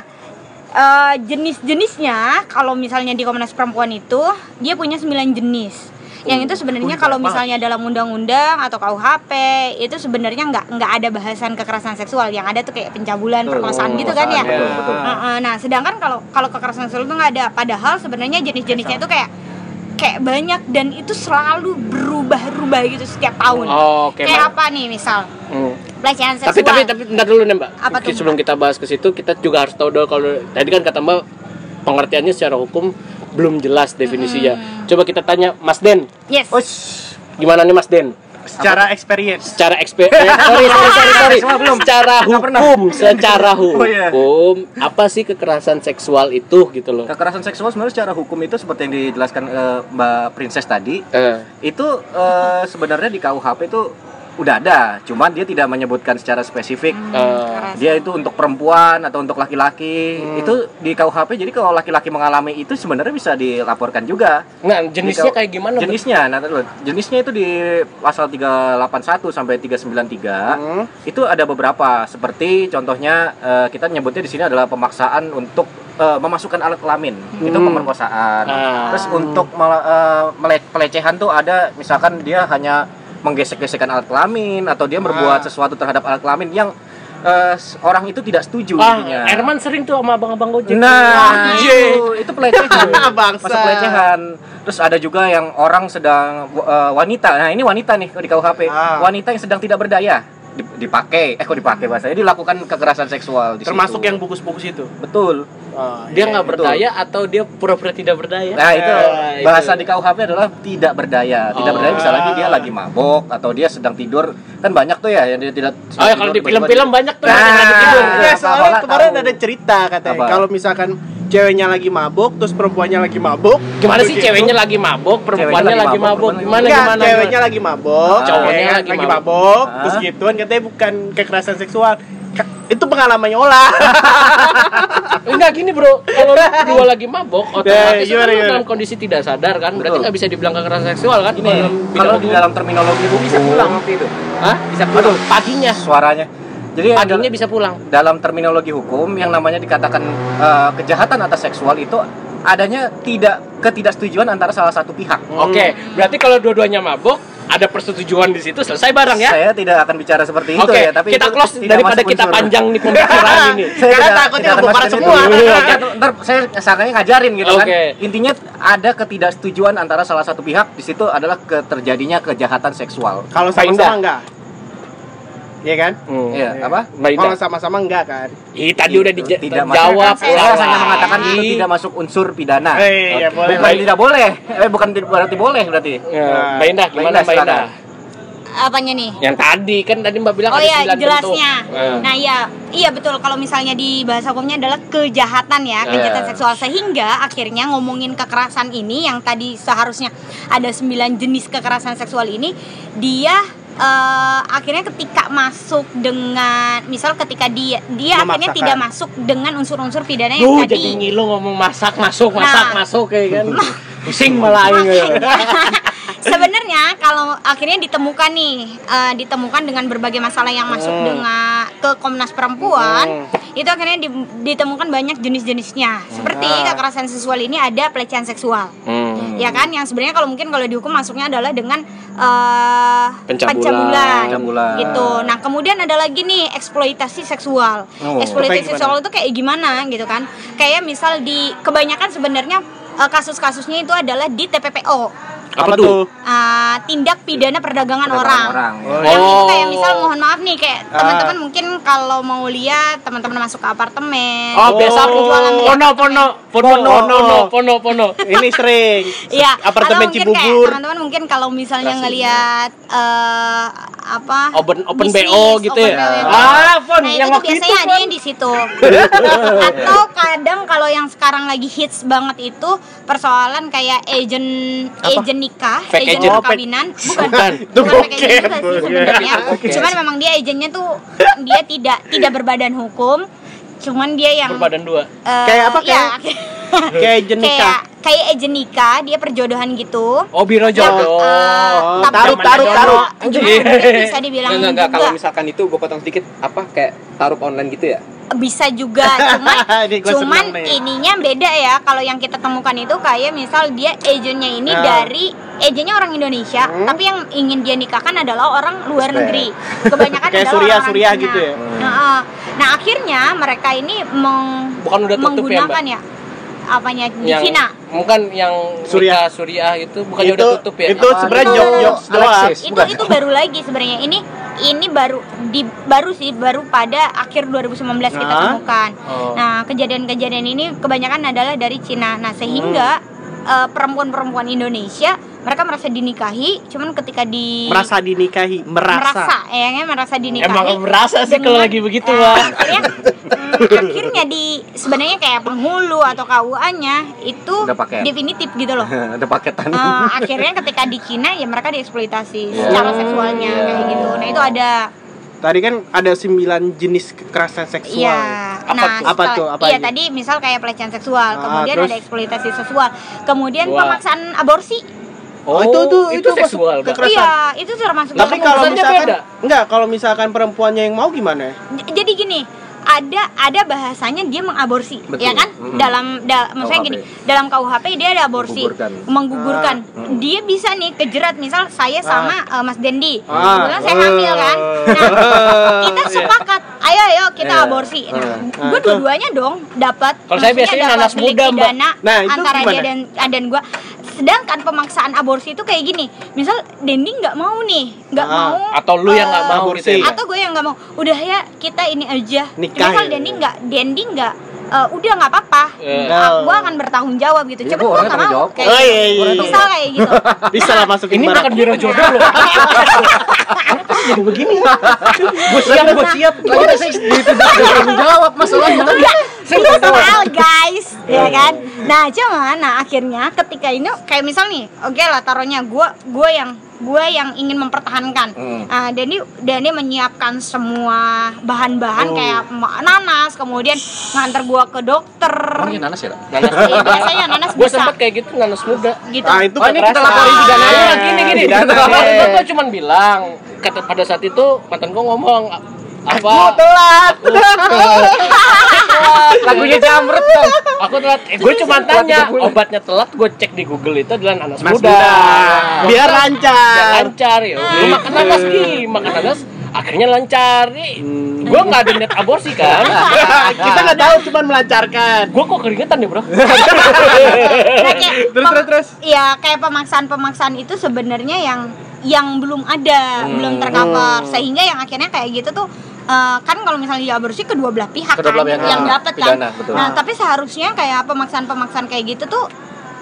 [SPEAKER 6] eh, jenis-jenisnya kalau misalnya di Komnas Perempuan itu dia punya 9 jenis. Yang itu sebenarnya kalau misalnya dalam undang-undang atau KUHP itu sebenarnya nggak nggak ada bahasan kekerasan seksual yang ada tuh kayak pencabulan,
[SPEAKER 3] Oh,
[SPEAKER 6] perkosaan gitu kan ya.
[SPEAKER 5] Betul, betul.
[SPEAKER 6] Heeh, nah, sedangkan kalau kalau kekerasan seksual itu nggak ada. Padahal sebenarnya jenis-jenisnya itu kayak kayak banyak dan itu selalu berubah-ubah gitu setiap tahun.
[SPEAKER 3] Oh, oke.
[SPEAKER 6] kayak
[SPEAKER 3] Mbak.
[SPEAKER 6] apa nih misal
[SPEAKER 3] Hmm.
[SPEAKER 6] pelecehan seksual.
[SPEAKER 3] Tapi tapi tapi bentar dulu nih Mbak.
[SPEAKER 6] Apa tuh,
[SPEAKER 3] Sebelum kita bahas ke situ, kita juga harus tahu dulu kalau tadi kan kata Mbak pengertiannya secara hukum belum jelas definisinya. Coba kita tanya Mas Den,
[SPEAKER 6] Yes.
[SPEAKER 3] Oh, gimana nih Mas Den?
[SPEAKER 2] Ah, Secara experience.
[SPEAKER 3] Secara eksp eh, sorry sorry sorry, sorry. secara hukum, secara hukum,
[SPEAKER 5] Oh, iya.
[SPEAKER 3] apa sih kekerasan seksual itu gitu loh?
[SPEAKER 5] Kekerasan seksual sebenarnya secara hukum itu seperti yang dijelaskan eh, Mbak Princess tadi,
[SPEAKER 3] Eh,
[SPEAKER 5] itu eh, sebenarnya di KUHP itu udah ada, cuman dia tidak menyebutkan secara spesifik.
[SPEAKER 3] eh,
[SPEAKER 6] Kekerasan.
[SPEAKER 5] Dia itu untuk perempuan atau untuk laki-laki. Itu di KUHP jadi kalau laki-laki mengalami itu sebenarnya bisa dilaporkan juga.
[SPEAKER 3] Nah, jenisnya
[SPEAKER 5] Jadi kalau-
[SPEAKER 3] kayak gimana? Mbak?
[SPEAKER 5] Jenisnya, nah, tunggu dulu. jenisnya itu di pasal 381 sampai 393
[SPEAKER 3] Hmm.
[SPEAKER 5] itu ada beberapa seperti contohnya eh, kita nyebutnya di sini adalah pemaksaan untuk eh, memasukkan alat kelamin itu
[SPEAKER 3] Hmm.
[SPEAKER 5] pemerkosaan.
[SPEAKER 3] Ah.
[SPEAKER 5] Terus untuk mele- eh, mele- pelecehan tuh ada misalkan dia hanya menggesek-gesekkan alat kelamin atau dia berbuat
[SPEAKER 3] Ah.
[SPEAKER 5] sesuatu terhadap alat kelamin yang eh, s- orang itu tidak setuju
[SPEAKER 3] Ah,
[SPEAKER 5] intinya.
[SPEAKER 3] Herman sering tuh sama abang-abang Gojek. iya,
[SPEAKER 5] Nah,
[SPEAKER 2] Anjing.
[SPEAKER 5] itu, itu pelecehan.
[SPEAKER 2] Bangsa.
[SPEAKER 5] Masuk pelecehan. Terus ada juga yang orang sedang eh, wanita. Nah, ini wanita nih di KUHP.
[SPEAKER 2] Ah.
[SPEAKER 5] Wanita yang sedang tidak berdaya Dip- dipakai. Eh, kok dipakai bahasanya? Dilakukan kekerasan seksual di
[SPEAKER 2] Termasuk
[SPEAKER 5] situ.
[SPEAKER 2] yang bungkus-bungkus itu. Ah,
[SPEAKER 5] betul.
[SPEAKER 3] dia nggak
[SPEAKER 5] iya, betul.
[SPEAKER 3] berdaya atau dia pura-pura tidak berdaya?
[SPEAKER 2] iya.
[SPEAKER 5] Nah, itu
[SPEAKER 3] Eh,
[SPEAKER 5] bahasa di KUHP adalah tidak berdaya. Tidak
[SPEAKER 3] Oh.
[SPEAKER 5] berdaya bisa lagi dia lagi mabok atau dia sedang tidur. Kan banyak tuh ya yang dia tidak
[SPEAKER 3] Oh ya kalau di film-film banyak tuh
[SPEAKER 5] Nah.
[SPEAKER 3] yang lagi tidur.
[SPEAKER 5] Ah,
[SPEAKER 2] Ya,
[SPEAKER 5] apa
[SPEAKER 2] soalnya
[SPEAKER 5] malah
[SPEAKER 2] kemarin
[SPEAKER 5] tahu.
[SPEAKER 2] ada cerita katanya
[SPEAKER 5] Apa?
[SPEAKER 2] kalau misalkan ceweknya lagi mabuk terus perempuannya lagi mabuk
[SPEAKER 3] Gimana sih ceweknya lagi mabok, perempuannya
[SPEAKER 5] Ceweknya lagi
[SPEAKER 3] lagi
[SPEAKER 5] mabok,
[SPEAKER 3] mabok, gimana
[SPEAKER 2] Enggak,
[SPEAKER 3] gimana?
[SPEAKER 2] Iya, ceweknya lagi mabok,
[SPEAKER 3] Ah. Cowoknya
[SPEAKER 2] ya kan,
[SPEAKER 3] lagi
[SPEAKER 2] lagi
[SPEAKER 3] mabok.
[SPEAKER 2] mabok,
[SPEAKER 5] Ah.
[SPEAKER 2] terus gituan katanya bukan kekerasan seksual. Ke- itu pengalamannya olah.
[SPEAKER 3] Enggak gini bro, kalau lu dua lagi mabok, otomatis kan
[SPEAKER 2] gimana,
[SPEAKER 3] lu
[SPEAKER 2] gimana?
[SPEAKER 3] dalam kondisi tidak sadar kan, berarti
[SPEAKER 5] Ya, Betul.
[SPEAKER 3] nggak bisa dibilang kekerasan seksual kan?
[SPEAKER 5] ini kalau di dalam terminologi hukum
[SPEAKER 1] Bisa pulang waktu itu.
[SPEAKER 3] Hah?
[SPEAKER 1] Bisa pulang.
[SPEAKER 3] Aduh, paginya,
[SPEAKER 5] suaranya. Jadi
[SPEAKER 3] paginya bisa pulang.
[SPEAKER 5] dalam terminologi hukum yang namanya dikatakan eh, kejahatan atas seksual itu adanya tidak ketidaksetujuan antara salah satu pihak.
[SPEAKER 3] Oke, berarti kalau dua-duanya mabok, ada persetujuan di situ selesai barang ya?
[SPEAKER 5] Saya tidak akan bicara seperti itu
[SPEAKER 3] Oke,
[SPEAKER 5] ya, tapi
[SPEAKER 3] kita
[SPEAKER 5] itu
[SPEAKER 3] close
[SPEAKER 5] tidak
[SPEAKER 3] daripada
[SPEAKER 5] masuk
[SPEAKER 3] kita
[SPEAKER 5] unsur.
[SPEAKER 3] panjang nih pembicaraan ini.
[SPEAKER 5] Saya
[SPEAKER 2] Karena
[SPEAKER 5] tidak-
[SPEAKER 2] takutnya
[SPEAKER 5] tidak akan
[SPEAKER 2] ngebongkar
[SPEAKER 5] masukin
[SPEAKER 2] semua.
[SPEAKER 5] itu. Iya, kan, Ntar saya sangkanya ngajarin gitu
[SPEAKER 3] Oke.
[SPEAKER 5] kan. Intinya ada ketidaksetujuan antara salah satu pihak di situ adalah ke- terjadinya kejahatan seksual.
[SPEAKER 2] Kalau
[SPEAKER 3] Paindah.
[SPEAKER 2] sama-sama enggak. Iya kan?
[SPEAKER 3] Hmm.
[SPEAKER 5] Iya,
[SPEAKER 2] Iya.
[SPEAKER 5] apa?
[SPEAKER 3] Mbak Ida.
[SPEAKER 2] Kalau sama-sama enggak kan?
[SPEAKER 3] Ih, tadi
[SPEAKER 5] Itu
[SPEAKER 3] udah dijawab
[SPEAKER 5] tidak masuk.
[SPEAKER 3] jawab. Iya.
[SPEAKER 6] Saya
[SPEAKER 5] Saya
[SPEAKER 3] lah.
[SPEAKER 5] hanya mengatakan itu
[SPEAKER 3] Ih.
[SPEAKER 5] tidak masuk unsur pidana.
[SPEAKER 2] Eh, ya
[SPEAKER 3] Oke.
[SPEAKER 2] boleh.
[SPEAKER 5] bukan
[SPEAKER 2] lah.
[SPEAKER 5] tidak boleh. Eh bukan berarti boleh berarti.
[SPEAKER 3] Ya, Mbak Indah,
[SPEAKER 5] Mbak
[SPEAKER 3] gimana
[SPEAKER 5] Indah,
[SPEAKER 3] Mbak Indah?
[SPEAKER 5] silakan.
[SPEAKER 6] apanya nih?
[SPEAKER 3] Yang tadi kan tadi Mbak bilang ada
[SPEAKER 6] Oh iya,
[SPEAKER 3] sembilan
[SPEAKER 6] jelasnya.
[SPEAKER 3] bentuk. Nah.
[SPEAKER 6] Nah, iya, iya betul. Kalau misalnya di bahasa hukumnya adalah kejahatan ya, kejahatan
[SPEAKER 3] Iya.
[SPEAKER 6] seksual sehingga akhirnya ngomongin kekerasan ini yang tadi seharusnya ada 9 jenis kekerasan seksual ini, dia eh, akhirnya ketika masuk dengan misal ketika dia dia
[SPEAKER 2] Memaksakan.
[SPEAKER 6] akhirnya tidak masuk dengan unsur-unsur pidana yang
[SPEAKER 3] Lu
[SPEAKER 6] tadi.
[SPEAKER 3] jadi ngilu ngomong masak masuk masak
[SPEAKER 6] Nah.
[SPEAKER 3] masuk kayak kan. Pusing malah aing.
[SPEAKER 5] ya.
[SPEAKER 6] Sebenarnya kalau akhirnya ditemukan nih, eh, ditemukan dengan berbagai masalah yang masuk
[SPEAKER 5] Hmm.
[SPEAKER 6] dengan ke Komnas Perempuan, itu akhirnya di- ditemukan banyak jenis-jenisnya. Seperti
[SPEAKER 5] Ah.
[SPEAKER 6] kekerasan seksual ini ada pelecehan seksual,
[SPEAKER 5] Hmm.
[SPEAKER 6] ya kan? Yang sebenarnya kalau mungkin kalau dihukum masuknya adalah dengan eh,
[SPEAKER 3] Pencabulan.
[SPEAKER 5] Pencabulan.
[SPEAKER 6] gitu. Nah kemudian ada lagi nih eksploitasi seksual.
[SPEAKER 5] Oh.
[SPEAKER 2] Kayak
[SPEAKER 6] Eksploitasi
[SPEAKER 2] gimana?
[SPEAKER 6] seksual itu kayak gimana gitu kan? Kayak misal di kebanyakan sebenarnya eh, kasus-kasusnya itu adalah di TPPO.
[SPEAKER 3] Apa tuh?
[SPEAKER 6] Ah, tindak pidana perdagangan, orang.
[SPEAKER 5] orang. ya.
[SPEAKER 6] Yang itu
[SPEAKER 3] Oh.
[SPEAKER 6] kayak misal mohon maaf nih kayak
[SPEAKER 2] Ah.
[SPEAKER 6] teman-teman mungkin kalau mau lihat teman-teman masuk ke apartemen.
[SPEAKER 3] Oh, biasa
[SPEAKER 2] Oh.
[SPEAKER 6] Jualan di
[SPEAKER 3] pono pono pono
[SPEAKER 2] Pono.
[SPEAKER 3] pono pono pono.
[SPEAKER 2] Ini sering.
[SPEAKER 6] Iya,
[SPEAKER 2] Apartemen
[SPEAKER 6] atau mungkin kayak
[SPEAKER 2] Cibubur.
[SPEAKER 6] Teman-teman mungkin kalau misalnya ngelihat eh, apa
[SPEAKER 3] Open open
[SPEAKER 6] bisnis,
[SPEAKER 3] BO gitu
[SPEAKER 6] open
[SPEAKER 3] ya.
[SPEAKER 6] BO yang-
[SPEAKER 3] Ah, pon
[SPEAKER 6] Nah,
[SPEAKER 3] yang
[SPEAKER 6] itu
[SPEAKER 3] waktu itu
[SPEAKER 6] biasanya ada yang di situ. Atau kadang kalau yang sekarang lagi hits banget itu persoalan kayak agent agent nikah,
[SPEAKER 3] Fake
[SPEAKER 6] agent
[SPEAKER 3] agent. Oh,
[SPEAKER 6] perkawinan, bukan
[SPEAKER 3] Bukan.
[SPEAKER 2] Itu
[SPEAKER 6] bukan fake agent
[SPEAKER 2] bokep.
[SPEAKER 6] juga sih sebenarnya. Cuman memang dia agentnya tuh dia tidak tidak berbadan hukum, cuman dia yang
[SPEAKER 3] berbadan dua.
[SPEAKER 6] eh,
[SPEAKER 2] Kayak apa,
[SPEAKER 6] ya,
[SPEAKER 2] Kayak jenika.
[SPEAKER 6] kayak kayak agent nikah, dia perjodohan gitu.
[SPEAKER 3] Oh, biro jodoh.
[SPEAKER 6] eh, tapi
[SPEAKER 2] Taruh, taruh, taruh.
[SPEAKER 6] jodoh. Gimana? bisa dibilang
[SPEAKER 1] Enggak, enggak, enggak.
[SPEAKER 6] juga.
[SPEAKER 1] Kalau
[SPEAKER 3] Iya.
[SPEAKER 1] misalkan itu gue potong sedikit, apa kayak taruh online gitu ya?
[SPEAKER 6] bisa juga cuman
[SPEAKER 2] Ini gua
[SPEAKER 6] cuman
[SPEAKER 2] seneng nih.
[SPEAKER 6] ininya beda ya kalau yang kita temukan itu kayak misal dia agentnya ini
[SPEAKER 2] Nah.
[SPEAKER 6] dari agentnya orang Indonesia
[SPEAKER 2] Hmm?
[SPEAKER 6] tapi yang ingin dia nikahkan adalah orang luar negeri kebanyakan
[SPEAKER 2] Kayak
[SPEAKER 6] adalah
[SPEAKER 2] Suriah-
[SPEAKER 6] orang
[SPEAKER 2] Suriah
[SPEAKER 6] Cina.
[SPEAKER 2] gitu ya?
[SPEAKER 6] nah, eh, nah, akhirnya mereka ini meng-
[SPEAKER 3] Bukan udah tutup ya, Mbak?
[SPEAKER 6] menggunakan ya, apanya di Cina
[SPEAKER 3] Bukan yang
[SPEAKER 2] Suriah.
[SPEAKER 3] Suriah Suriah itu bukannya
[SPEAKER 2] itu,
[SPEAKER 3] udah tutup ya?
[SPEAKER 2] Itu
[SPEAKER 3] Apa?
[SPEAKER 2] sebenarnya
[SPEAKER 6] Itu-
[SPEAKER 2] jokes-jokes doang.
[SPEAKER 5] Alexis.
[SPEAKER 6] itu
[SPEAKER 5] Bukan.
[SPEAKER 6] itu baru lagi sebenarnya ini ini baru di baru sih baru pada akhir 2019 kita
[SPEAKER 2] Nah.
[SPEAKER 6] temukan
[SPEAKER 3] Oh.
[SPEAKER 6] nah kejadian-kejadian ini kebanyakan adalah dari Cina nah sehingga
[SPEAKER 3] Hmm.
[SPEAKER 6] eh, perempuan-perempuan Indonesia mereka merasa dinikahi cuman ketika di
[SPEAKER 2] Merasa dinikahi, merasa.
[SPEAKER 6] merasa ya kan? merasa dinikahi
[SPEAKER 3] Emang merasa sih kalau
[SPEAKER 6] dengan-
[SPEAKER 3] lagi begitu,
[SPEAKER 6] Eh,
[SPEAKER 3] Mbak.
[SPEAKER 6] akhirnya, mm, akhirnya di sebenarnya kayak penghulu atau KUA-nya itu
[SPEAKER 5] Udah pakai.
[SPEAKER 6] definitif gitu loh
[SPEAKER 5] Ada paketan.
[SPEAKER 6] Eh, akhirnya ketika di Cina ya mereka dieksploitasi
[SPEAKER 2] Iya.
[SPEAKER 6] secara seksualnya kayak gitu. Nah itu ada
[SPEAKER 2] Tadi kan ada 9 jenis kekerasan seksual.
[SPEAKER 6] ya.
[SPEAKER 3] Apa
[SPEAKER 6] nah
[SPEAKER 2] Apa
[SPEAKER 3] tuh?
[SPEAKER 6] setelah-
[SPEAKER 2] tuh? Apa
[SPEAKER 6] iya
[SPEAKER 2] aja?
[SPEAKER 6] tadi misal kayak pelecehan seksual,
[SPEAKER 2] Ah,
[SPEAKER 6] kemudian
[SPEAKER 2] terus?
[SPEAKER 6] ada eksploitasi seksual, kemudian
[SPEAKER 3] Wah.
[SPEAKER 6] pemaksaan aborsi.
[SPEAKER 2] Oh, itu itu itu, masuk
[SPEAKER 3] seksual, Mbak.
[SPEAKER 2] kekerasan.
[SPEAKER 6] Iya itu termasuk.
[SPEAKER 2] Tapi
[SPEAKER 6] dalam
[SPEAKER 2] kalau
[SPEAKER 3] Kekerasannya
[SPEAKER 2] misalkan
[SPEAKER 3] beda.
[SPEAKER 2] enggak, kalau misalkan perempuannya yang mau gimana ya?
[SPEAKER 6] J- jadi gini ada ada bahasanya dia mengaborsi ya kan dalam da- maksudnya
[SPEAKER 2] Oh,
[SPEAKER 6] gini dalam KUHP dia ada aborsi
[SPEAKER 5] Menggugurkan.
[SPEAKER 6] menggugurkan
[SPEAKER 2] Ah,
[SPEAKER 6] dia bisa nih kejerat misal saya sama eh, Mas
[SPEAKER 2] Ah.
[SPEAKER 6] Dendi
[SPEAKER 2] Iya.
[SPEAKER 6] kebetulan saya hamil kan nah kita sepakat ayo ayo kita aborsi
[SPEAKER 2] Ah.
[SPEAKER 6] nah gue dua-duanya dong dapat
[SPEAKER 3] Kalau saya
[SPEAKER 6] maksudnya
[SPEAKER 3] biasanya
[SPEAKER 6] dapat
[SPEAKER 3] nanas
[SPEAKER 6] delik
[SPEAKER 3] muda, Mbak.
[SPEAKER 6] pidana
[SPEAKER 2] Nah, itu
[SPEAKER 6] antara dia
[SPEAKER 2] gimana?
[SPEAKER 6] dan ah, dan gue sedangkan pemaksaan aborsi itu kayak gini misal Dendi nggak mau nih nggak
[SPEAKER 2] Ah.
[SPEAKER 6] mau
[SPEAKER 3] Atau lu yang nggak
[SPEAKER 6] eh,
[SPEAKER 3] mau gitu ya? Mbak?
[SPEAKER 6] atau gue yang nggak mau udah ya kita ini aja
[SPEAKER 2] Nikah
[SPEAKER 6] Tapi kalau
[SPEAKER 2] ya.
[SPEAKER 6] Dendi nggak Dendi nggak eh, udah nggak apa-apa
[SPEAKER 3] Eh.
[SPEAKER 6] Ah, gue akan bertanggung jawab gitu
[SPEAKER 5] Iya,
[SPEAKER 6] cuman gue
[SPEAKER 5] gua orangnya
[SPEAKER 6] nggak mau
[SPEAKER 5] tanggung
[SPEAKER 6] kayak
[SPEAKER 2] jawab. Oh, iya, iya, iya.
[SPEAKER 6] misal kayak gitu
[SPEAKER 2] Bisa lah masukin
[SPEAKER 3] Ini
[SPEAKER 2] barang.
[SPEAKER 3] bukan biro jodoh loh.
[SPEAKER 5] Gue siap, gue siap. Lagi sih itu tanggung jawab masalahnya.
[SPEAKER 6] itu soal guys ya kan nah cuman nah akhirnya ketika ini kayak misal nih oke lah taruhnya gue gue yang gue yang ingin mempertahankan Ah, Dendi Dendi menyiapkan semua bahan-bahan kayak ma- nanas kemudian nganter gue ke dokter
[SPEAKER 5] Emangnya nanas ya? Kak?
[SPEAKER 6] Iya, biasanya nanas
[SPEAKER 3] Gue
[SPEAKER 6] bisa.
[SPEAKER 3] sempet kayak gitu nanas muda.
[SPEAKER 6] gitu
[SPEAKER 2] Ah, itu
[SPEAKER 3] Oh, ini kita
[SPEAKER 2] kekerasan.
[SPEAKER 3] laporin pidananya
[SPEAKER 2] Ah,
[SPEAKER 3] Iya, gini gini.
[SPEAKER 2] pidana.
[SPEAKER 3] Gue cuman bilang kata pada saat itu mantan gue ngomong apa?
[SPEAKER 2] Aku telat.
[SPEAKER 5] Lagunya jamret dong.
[SPEAKER 3] Aku telat. Eh, gue cuma tanya obatnya telat. Gue cek di Google itu adalah nanas
[SPEAKER 2] Mas
[SPEAKER 3] muda.
[SPEAKER 2] Buda. Biar
[SPEAKER 3] Biar
[SPEAKER 2] lancar.
[SPEAKER 3] lancar ya. Lu makan nanas gih, makan nanas. Akhirnya lancar nih. Gue nggak ada niat aborsi kan.
[SPEAKER 2] Kita nggak tahu cuman melancarkan.
[SPEAKER 3] Gue kok keringetan nih bro.
[SPEAKER 6] Nah, kayak
[SPEAKER 2] Terus
[SPEAKER 6] pem-
[SPEAKER 2] terus terus.
[SPEAKER 6] ya kayak pemaksaan-pemaksaan itu sebenarnya yang yang belum ada, belum tercover sehingga yang akhirnya kayak gitu tuh eh, kan kalau misalnya aborsi kedua belah pihak kan
[SPEAKER 5] Kedua belah pihak,
[SPEAKER 6] yang
[SPEAKER 5] ah,
[SPEAKER 6] dapat kan.
[SPEAKER 5] pidana, betul.
[SPEAKER 6] Nah, tapi seharusnya kayak pemaksaan-pemaksaan kayak gitu tuh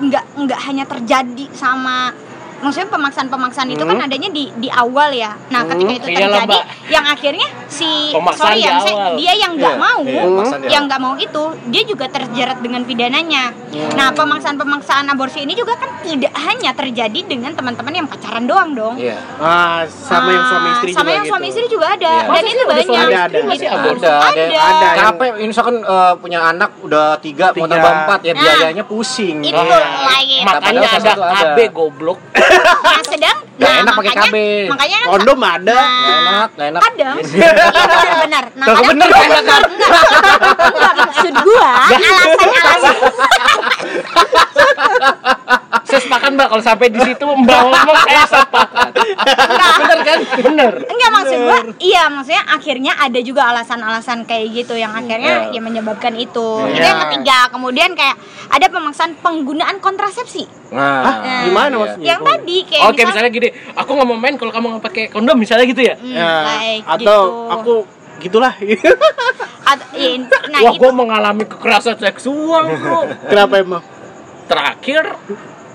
[SPEAKER 6] nggak nggak hanya terjadi sama maksudnya pemaksaan-pemaksaan itu kan adanya di di awal ya. Nah, ketika itu
[SPEAKER 3] Iya,
[SPEAKER 6] terjadi,
[SPEAKER 3] Mbak.
[SPEAKER 6] yang akhirnya si
[SPEAKER 3] Pemaksaan di
[SPEAKER 6] sorry ya, maksudnya
[SPEAKER 3] awal.
[SPEAKER 6] dia yang nggak
[SPEAKER 5] Iya,
[SPEAKER 6] mau,
[SPEAKER 5] iya, pemaksaan di
[SPEAKER 6] yang nggak mau itu, dia juga terjerat dengan pidananya. Nah, pemaksaan-pemaksaan aborsi ini juga kan tidak hanya terjadi dengan teman-teman yang pacaran doang dong.
[SPEAKER 5] Iya.
[SPEAKER 2] Ah, sama yang suami istri
[SPEAKER 6] sama
[SPEAKER 2] juga
[SPEAKER 6] yang
[SPEAKER 2] gitu.
[SPEAKER 6] suami istri juga ada
[SPEAKER 5] Iya.
[SPEAKER 6] dan itu banyak
[SPEAKER 2] suami istri
[SPEAKER 6] Gitu.
[SPEAKER 2] masih
[SPEAKER 3] aborsi?
[SPEAKER 5] Ada, ada,
[SPEAKER 2] Ada.
[SPEAKER 5] Capek, ini misalkan eh, punya anak udah tiga, mau
[SPEAKER 2] Tiga.
[SPEAKER 5] tambah empat ya
[SPEAKER 6] Nah,
[SPEAKER 5] biayanya pusing.
[SPEAKER 6] itu
[SPEAKER 5] Iya.
[SPEAKER 6] lain
[SPEAKER 3] Makanya
[SPEAKER 5] Padahal
[SPEAKER 3] ada
[SPEAKER 5] satu ada.
[SPEAKER 3] KB goblok.
[SPEAKER 6] nah sedang
[SPEAKER 5] Nggak
[SPEAKER 6] nah
[SPEAKER 5] enak pakai
[SPEAKER 6] makanya
[SPEAKER 5] KB.
[SPEAKER 6] makanya kan
[SPEAKER 2] Kondom ada.
[SPEAKER 5] Nggak enak, nggak enak.
[SPEAKER 6] kadang iya benar-benar nah
[SPEAKER 5] Tuh,
[SPEAKER 6] kadang
[SPEAKER 5] bener kan?
[SPEAKER 6] enggak maksud gua alasan-alasan
[SPEAKER 3] Saya sepakat mbak kalau sampai di situ mbak ngomong "Eh, saya sepakat. Bener kan? Bener.
[SPEAKER 6] enggak maksud gua iya maksudnya akhirnya ada juga alasan-alasan kayak gitu yang akhirnya ya menyebabkan itu itu yang ketiga kemudian kayak ada pemaksaan penggunaan kontrasepsi
[SPEAKER 5] Nah,
[SPEAKER 2] Gimana
[SPEAKER 5] iya.
[SPEAKER 2] maksudnya?
[SPEAKER 6] yang tadi kayak
[SPEAKER 3] Oke misalnya gini, aku nggak mau main kalau kamu nggak pakai kondom misalnya gitu ya.
[SPEAKER 6] Hmm,
[SPEAKER 2] Ya,
[SPEAKER 6] baik,
[SPEAKER 2] atau
[SPEAKER 6] gitu.
[SPEAKER 2] aku gitulah.
[SPEAKER 6] Atau- iya, nah
[SPEAKER 3] Wah,
[SPEAKER 6] itu
[SPEAKER 3] gue mengalami kekerasan seksual bro.
[SPEAKER 2] Kenapa emang?
[SPEAKER 3] Terakhir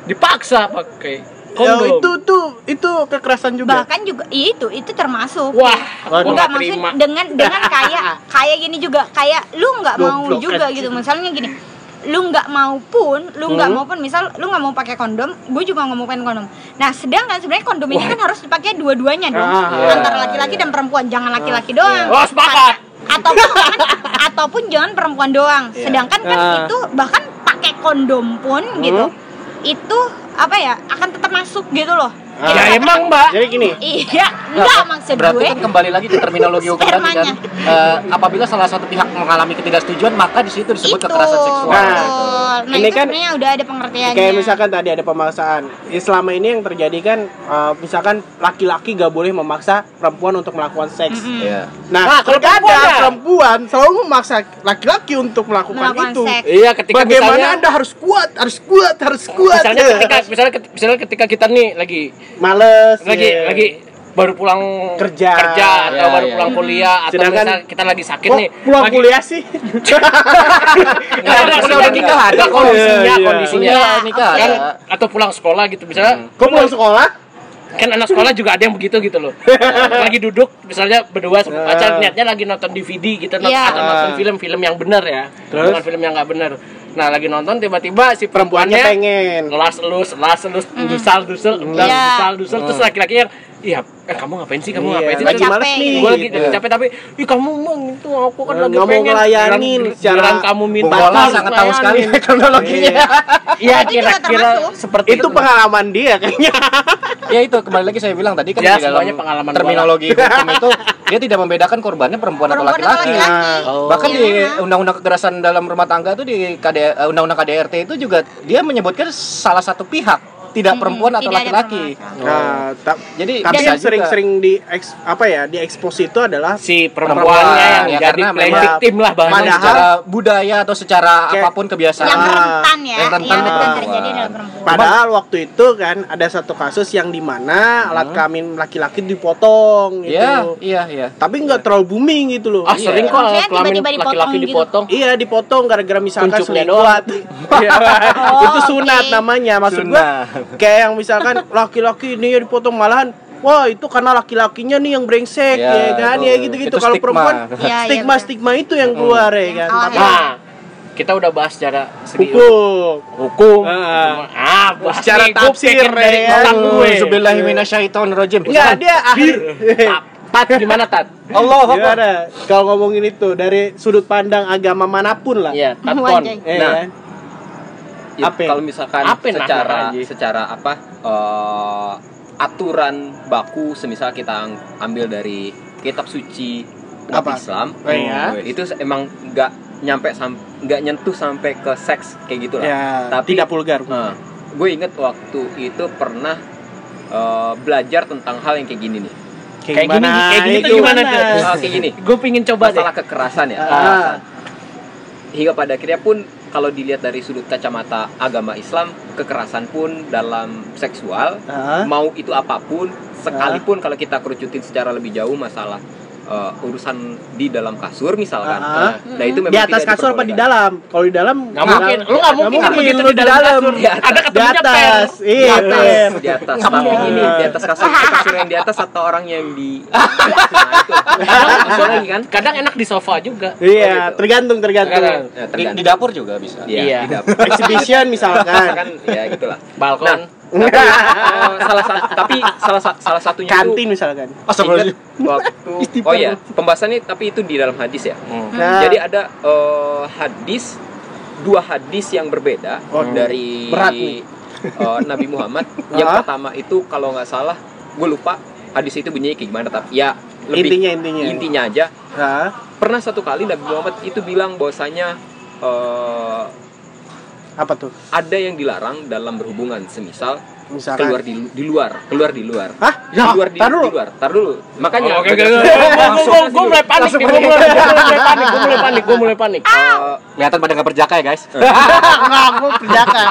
[SPEAKER 3] dipaksa pakai
[SPEAKER 2] Ya,
[SPEAKER 3] kondom.
[SPEAKER 2] itu tuh itu kekerasan juga.
[SPEAKER 6] bahkan juga iya itu itu termasuk
[SPEAKER 3] Wah,
[SPEAKER 2] Waduh.
[SPEAKER 3] gue
[SPEAKER 6] Enggak
[SPEAKER 3] nggak
[SPEAKER 6] maksud
[SPEAKER 3] terima.
[SPEAKER 6] dengan dengan kayak kayak gini juga kayak lu nggak mau
[SPEAKER 2] Goblok,
[SPEAKER 6] juga gitu misalnya gini lu nggak mau pun lu nggak mau pun misal lu nggak mau pakai kondom gue juga nggak mau pakai kondom nah sedangkan sebenarnya kondom ini kan harus dipakai dua-duanya dong
[SPEAKER 2] Ah,
[SPEAKER 5] iya,
[SPEAKER 6] antara laki-laki
[SPEAKER 5] iya.
[SPEAKER 6] dan perempuan jangan laki-laki doang
[SPEAKER 3] Wah, sepakat.
[SPEAKER 6] ataupun jangan, ataupun jangan perempuan doang sedangkan kan
[SPEAKER 2] Ah. Hmm?
[SPEAKER 6] itu bahkan pakai kondom pun gitu itu apa ya akan tetap masuk gitu loh
[SPEAKER 2] Ah.
[SPEAKER 3] Ya emang mbak.
[SPEAKER 2] Jadi gini,
[SPEAKER 6] iya nggak maksud
[SPEAKER 5] Berarti
[SPEAKER 6] gue
[SPEAKER 5] kan kembali lagi ke terminologi hukum tadi
[SPEAKER 6] Spermanya.
[SPEAKER 5] kan. Eh, apabila salah satu pihak mengalami ketidaksetujuan, maka di situ disebut kekerasan seksual.
[SPEAKER 2] Nah,
[SPEAKER 6] betul. Gitu.
[SPEAKER 2] ini
[SPEAKER 6] Nah, itu
[SPEAKER 2] kan-
[SPEAKER 6] sebenarnya udah ada pengertiannya.
[SPEAKER 2] kayak misalkan tadi ada pemaksaan. Ya, selama ini yang terjadi kan eh, misalkan laki-laki gak boleh memaksa perempuan untuk melakukan seks.
[SPEAKER 6] Mm-mm.
[SPEAKER 5] Iya.
[SPEAKER 2] Nah,
[SPEAKER 3] Nah,
[SPEAKER 2] kalau
[SPEAKER 3] kalau
[SPEAKER 2] perempuan,
[SPEAKER 3] perempuan ya?
[SPEAKER 2] perempuan selalu memaksa laki-laki untuk melakukan,
[SPEAKER 6] Melakukan
[SPEAKER 2] itu.
[SPEAKER 6] seks. Iya.
[SPEAKER 3] Iya, ketika
[SPEAKER 2] Bagaimana
[SPEAKER 3] misalnya
[SPEAKER 2] Anda harus kuat, harus kuat, harus kuat. Ya.
[SPEAKER 3] misalnya ketika misalnya ketika, misalnya ketika kita nih lagi
[SPEAKER 2] males
[SPEAKER 3] lagi
[SPEAKER 2] ya.
[SPEAKER 3] lagi baru pulang
[SPEAKER 2] Iya, Kerja.
[SPEAKER 3] atau
[SPEAKER 5] Iya,
[SPEAKER 3] baru
[SPEAKER 5] iya.
[SPEAKER 3] pulang kuliah atau
[SPEAKER 2] Sedangkan-
[SPEAKER 3] misalnya kita lagi sakit
[SPEAKER 2] Kok
[SPEAKER 3] nih
[SPEAKER 2] pulang
[SPEAKER 3] lagi,
[SPEAKER 2] kuliah sih?
[SPEAKER 3] Nggak ada,
[SPEAKER 5] Maksudnya
[SPEAKER 3] sudah
[SPEAKER 5] udah
[SPEAKER 3] nikah ada
[SPEAKER 5] nikah.
[SPEAKER 3] kondisinya
[SPEAKER 2] Iya, iya.
[SPEAKER 3] kondisinya
[SPEAKER 6] Iya,
[SPEAKER 5] nikah
[SPEAKER 6] oke.
[SPEAKER 5] ada.
[SPEAKER 3] kan atau pulang sekolah gitu misalnya
[SPEAKER 2] Kok pulang sekolah?
[SPEAKER 3] kan anak sekolah juga ada yang begitu gitu loh lagi duduk misalnya berdua
[SPEAKER 2] Iya.
[SPEAKER 3] sama pacar niatnya lagi nonton DVD gitu nonton,
[SPEAKER 6] Iya.
[SPEAKER 3] atau nonton film-film yang benar ya
[SPEAKER 2] Terus?
[SPEAKER 3] bukan film yang nggak benar nah lagi nonton tiba-tiba si
[SPEAKER 2] Perempuannya
[SPEAKER 3] perempuannya
[SPEAKER 2] pengen.
[SPEAKER 3] las elus las elus dusal dusal dusal
[SPEAKER 6] Iya.
[SPEAKER 3] dusal dusal terus laki-laki yang iya eh, kamu ngapain sih kamu
[SPEAKER 2] Mm. Iya,
[SPEAKER 3] ngapain sih
[SPEAKER 2] lagi
[SPEAKER 6] Capek
[SPEAKER 2] males nih.
[SPEAKER 6] gitu.
[SPEAKER 3] gue lagi
[SPEAKER 2] Gitu.
[SPEAKER 3] lagi capek tapi ih kamu mang itu aku kan
[SPEAKER 2] Eh,
[SPEAKER 3] lagi
[SPEAKER 2] nggak mau
[SPEAKER 3] pengen
[SPEAKER 2] ngelayanin
[SPEAKER 3] Bilang-
[SPEAKER 2] secara
[SPEAKER 3] bilang kamu minta
[SPEAKER 5] Bola
[SPEAKER 3] harus
[SPEAKER 5] sangat tahu
[SPEAKER 3] ngelayanin.
[SPEAKER 5] sekali terminologinya.
[SPEAKER 3] iya
[SPEAKER 6] Itu juga
[SPEAKER 3] kira-kira
[SPEAKER 6] termasuk.
[SPEAKER 3] seperti
[SPEAKER 2] Itu pengalaman dia kayaknya.
[SPEAKER 5] ya itu kembali lagi saya bilang tadi kan
[SPEAKER 3] Ya,
[SPEAKER 5] di dalam
[SPEAKER 3] semuanya pengalaman
[SPEAKER 5] terminologi hukum itu dia tidak membedakan korbannya perempuan, atau
[SPEAKER 6] Perempuan atau
[SPEAKER 5] laki-laki.
[SPEAKER 6] laki-laki.
[SPEAKER 3] Oh.
[SPEAKER 5] Bahkan di
[SPEAKER 6] Iya.
[SPEAKER 5] undang-undang kekerasan dalam rumah tangga itu di KD, eh, undang-undang KDRT itu juga dia menyebutkan salah satu pihak tidak perempuan atau
[SPEAKER 6] tidak ada
[SPEAKER 5] laki-laki.
[SPEAKER 6] permasalahan.
[SPEAKER 2] Nah, ta-
[SPEAKER 5] Jadi
[SPEAKER 2] tapi
[SPEAKER 5] bisa
[SPEAKER 2] yang
[SPEAKER 5] juga.
[SPEAKER 2] sering-sering di eks- apa ya, di expose itu adalah
[SPEAKER 3] si
[SPEAKER 5] Perempuan,
[SPEAKER 3] perempuannya yang
[SPEAKER 2] Iya,
[SPEAKER 5] ya,
[SPEAKER 3] jadi
[SPEAKER 5] karena
[SPEAKER 3] play
[SPEAKER 5] memang-
[SPEAKER 3] victim lah bahasanya
[SPEAKER 2] Padahal-
[SPEAKER 5] secara budaya atau secara
[SPEAKER 2] Kayak-
[SPEAKER 5] apapun kebiasaan.
[SPEAKER 6] Yang rentan ya,
[SPEAKER 5] Nah, Yang
[SPEAKER 6] yang
[SPEAKER 5] rentan
[SPEAKER 6] rentan
[SPEAKER 5] perempuan.
[SPEAKER 6] terjadi adalah perempuan.
[SPEAKER 2] Padahal waktu itu kan ada satu kasus yang dimana alat kelamin laki-laki dipotong gitu.
[SPEAKER 5] Iya, iya, iya.
[SPEAKER 2] Tapi nggak terlalu booming gitu loh.
[SPEAKER 3] ah sering kok
[SPEAKER 6] Maksudnya
[SPEAKER 3] kelamin
[SPEAKER 6] tiba-tiba dipotong
[SPEAKER 3] laki-laki
[SPEAKER 6] gitu.
[SPEAKER 3] dipotong
[SPEAKER 2] Iya dipotong gara-gara misalkan
[SPEAKER 3] Kuncupnya
[SPEAKER 2] selingkuh.
[SPEAKER 6] Oh,
[SPEAKER 2] itu sunat
[SPEAKER 6] oke.
[SPEAKER 2] namanya maksud gua. Kayak yang misalkan laki-laki ini ya dipotong malahan Wah itu karena laki-lakinya nih yang brengsek ya,
[SPEAKER 5] Ya,
[SPEAKER 2] kan
[SPEAKER 5] itu-
[SPEAKER 2] ya gitu-gitu
[SPEAKER 5] itu
[SPEAKER 2] kalau
[SPEAKER 5] stigma.
[SPEAKER 2] perempuan
[SPEAKER 6] Iya, iya,
[SPEAKER 2] stigma
[SPEAKER 6] betul.
[SPEAKER 2] stigma itu yang keluar ya kan.
[SPEAKER 6] salah
[SPEAKER 2] Tapi
[SPEAKER 6] ya.
[SPEAKER 3] nah kita udah bahas secara segi
[SPEAKER 2] hukum
[SPEAKER 3] hukum
[SPEAKER 2] Ah.
[SPEAKER 3] ah bahas
[SPEAKER 2] Secara
[SPEAKER 3] nih, gua
[SPEAKER 2] tafsir,
[SPEAKER 3] pikir dari
[SPEAKER 2] ya.
[SPEAKER 3] otak gue
[SPEAKER 5] Bismillahirrahmanirrahim. Iya.
[SPEAKER 2] Enggak Iya, dia akhir
[SPEAKER 3] Tat, tat gimana tat
[SPEAKER 5] Allah Akbar.
[SPEAKER 2] Gimana? Kalau ngomongin itu dari sudut pandang agama manapun lah.
[SPEAKER 3] iya tat
[SPEAKER 6] Wah,
[SPEAKER 3] kon
[SPEAKER 6] anjing.
[SPEAKER 2] Ya
[SPEAKER 1] Nah.
[SPEAKER 2] kan?
[SPEAKER 1] Ya,
[SPEAKER 2] Apa?
[SPEAKER 1] kalau misalkan
[SPEAKER 3] Apa yang
[SPEAKER 1] secara
[SPEAKER 3] nakal aja?
[SPEAKER 1] secara apa eh, aturan baku semisal kita ang- ambil dari kitab suci umat
[SPEAKER 2] Apa?
[SPEAKER 1] Islam
[SPEAKER 2] Oh, iya.
[SPEAKER 1] eh, itu se- emang nggak nyampe sam- nggak nyentuh sampai ke seks kayak gitu lah.
[SPEAKER 2] Ya,
[SPEAKER 1] Tapi-
[SPEAKER 2] tidak vulgar.
[SPEAKER 1] Nah, gue inget waktu itu pernah eh, belajar tentang hal yang kayak gini nih.
[SPEAKER 3] Kayak gini, kayak gini tuh
[SPEAKER 2] Ya,
[SPEAKER 3] gimana tuh?
[SPEAKER 1] Eh, kayak gini.
[SPEAKER 3] gue pingin coba deh
[SPEAKER 1] Masalah kekerasan ya.
[SPEAKER 2] Ah.
[SPEAKER 1] hingga pada akhirnya pun kalau dilihat dari sudut kacamata agama Islam kekerasan pun dalam seksual
[SPEAKER 2] Ah.
[SPEAKER 1] mau itu apapun sekalipun kalau kita kerucutin secara lebih jauh masalah eh, urusan di dalam kasur misalkan.
[SPEAKER 2] Ah.
[SPEAKER 1] Nah, itu memang
[SPEAKER 2] di atas
[SPEAKER 1] tidak
[SPEAKER 2] kasur apa di
[SPEAKER 1] diperbolehkan.
[SPEAKER 2] dalam? Kalau di dalam
[SPEAKER 3] Nggak mungkin, lu nggak mungkin kan begitu
[SPEAKER 2] lu
[SPEAKER 3] di dalam kasur.
[SPEAKER 1] Di atas.
[SPEAKER 3] Ada
[SPEAKER 2] Di
[SPEAKER 3] ketemunya
[SPEAKER 2] atas.
[SPEAKER 3] pers.
[SPEAKER 1] di
[SPEAKER 2] Iya,
[SPEAKER 1] atas,
[SPEAKER 2] bener.
[SPEAKER 1] di atas. Tapi gini, di atas kasur, itu kasur yang di atas atau orang yang di Nah, itu. Langsung lagi kan?
[SPEAKER 3] Kadang enak di sofa juga.
[SPEAKER 2] Iya,
[SPEAKER 1] Oh, gitu.
[SPEAKER 2] tergantung tergantung.
[SPEAKER 3] Tergantung.
[SPEAKER 1] Ya,
[SPEAKER 5] Di, di
[SPEAKER 1] tergantung.
[SPEAKER 5] dapur juga bisa.
[SPEAKER 1] Iya,
[SPEAKER 3] Iya.
[SPEAKER 1] di dapur.
[SPEAKER 2] Exhibition misalkan.
[SPEAKER 1] Kan ya gitulah.
[SPEAKER 3] Balkon.
[SPEAKER 1] Eh, salah satu tapi salah sa- salah satunya itu
[SPEAKER 2] Kantin misalkan.
[SPEAKER 1] Ingat waktu oh ya pembahasannya tapi itu di dalam hadis ya
[SPEAKER 3] Hmm.
[SPEAKER 2] Nah,
[SPEAKER 1] jadi ada eh, hadis dua hadis yang berbeda
[SPEAKER 2] Oh,
[SPEAKER 1] dari
[SPEAKER 2] berat nih.
[SPEAKER 1] eh, Nabi Muhammad yang
[SPEAKER 2] Ah.
[SPEAKER 1] pertama itu kalau nggak salah gue lupa hadis itu bunyinya kayak gimana tapi ya lebih
[SPEAKER 2] intinya intinya.
[SPEAKER 1] intinya aja
[SPEAKER 2] Nah,
[SPEAKER 1] pernah satu kali Nabi Muhammad itu bilang bahwasanya eh,
[SPEAKER 2] apa tuh?
[SPEAKER 1] ada yang dilarang dalam berhubungan semisal
[SPEAKER 2] Misalkan.
[SPEAKER 1] keluar di, di luar keluar di luar
[SPEAKER 2] Hah? Ya,
[SPEAKER 1] di luar di,
[SPEAKER 2] Tar dulu.
[SPEAKER 1] di luar tar dulu makanya
[SPEAKER 3] Oh, Oke, oke,
[SPEAKER 1] Langsung
[SPEAKER 3] oke. Gua-
[SPEAKER 1] masuk
[SPEAKER 3] gua-
[SPEAKER 1] dulu.
[SPEAKER 3] Gua mulai panik, nih, gua mulai gua mulai panik, gua mulai panik, gua mulai panik.
[SPEAKER 1] Eh,
[SPEAKER 5] Kelihatan pada nggak berjaka ya guys.
[SPEAKER 2] Enggak, aku perjaka.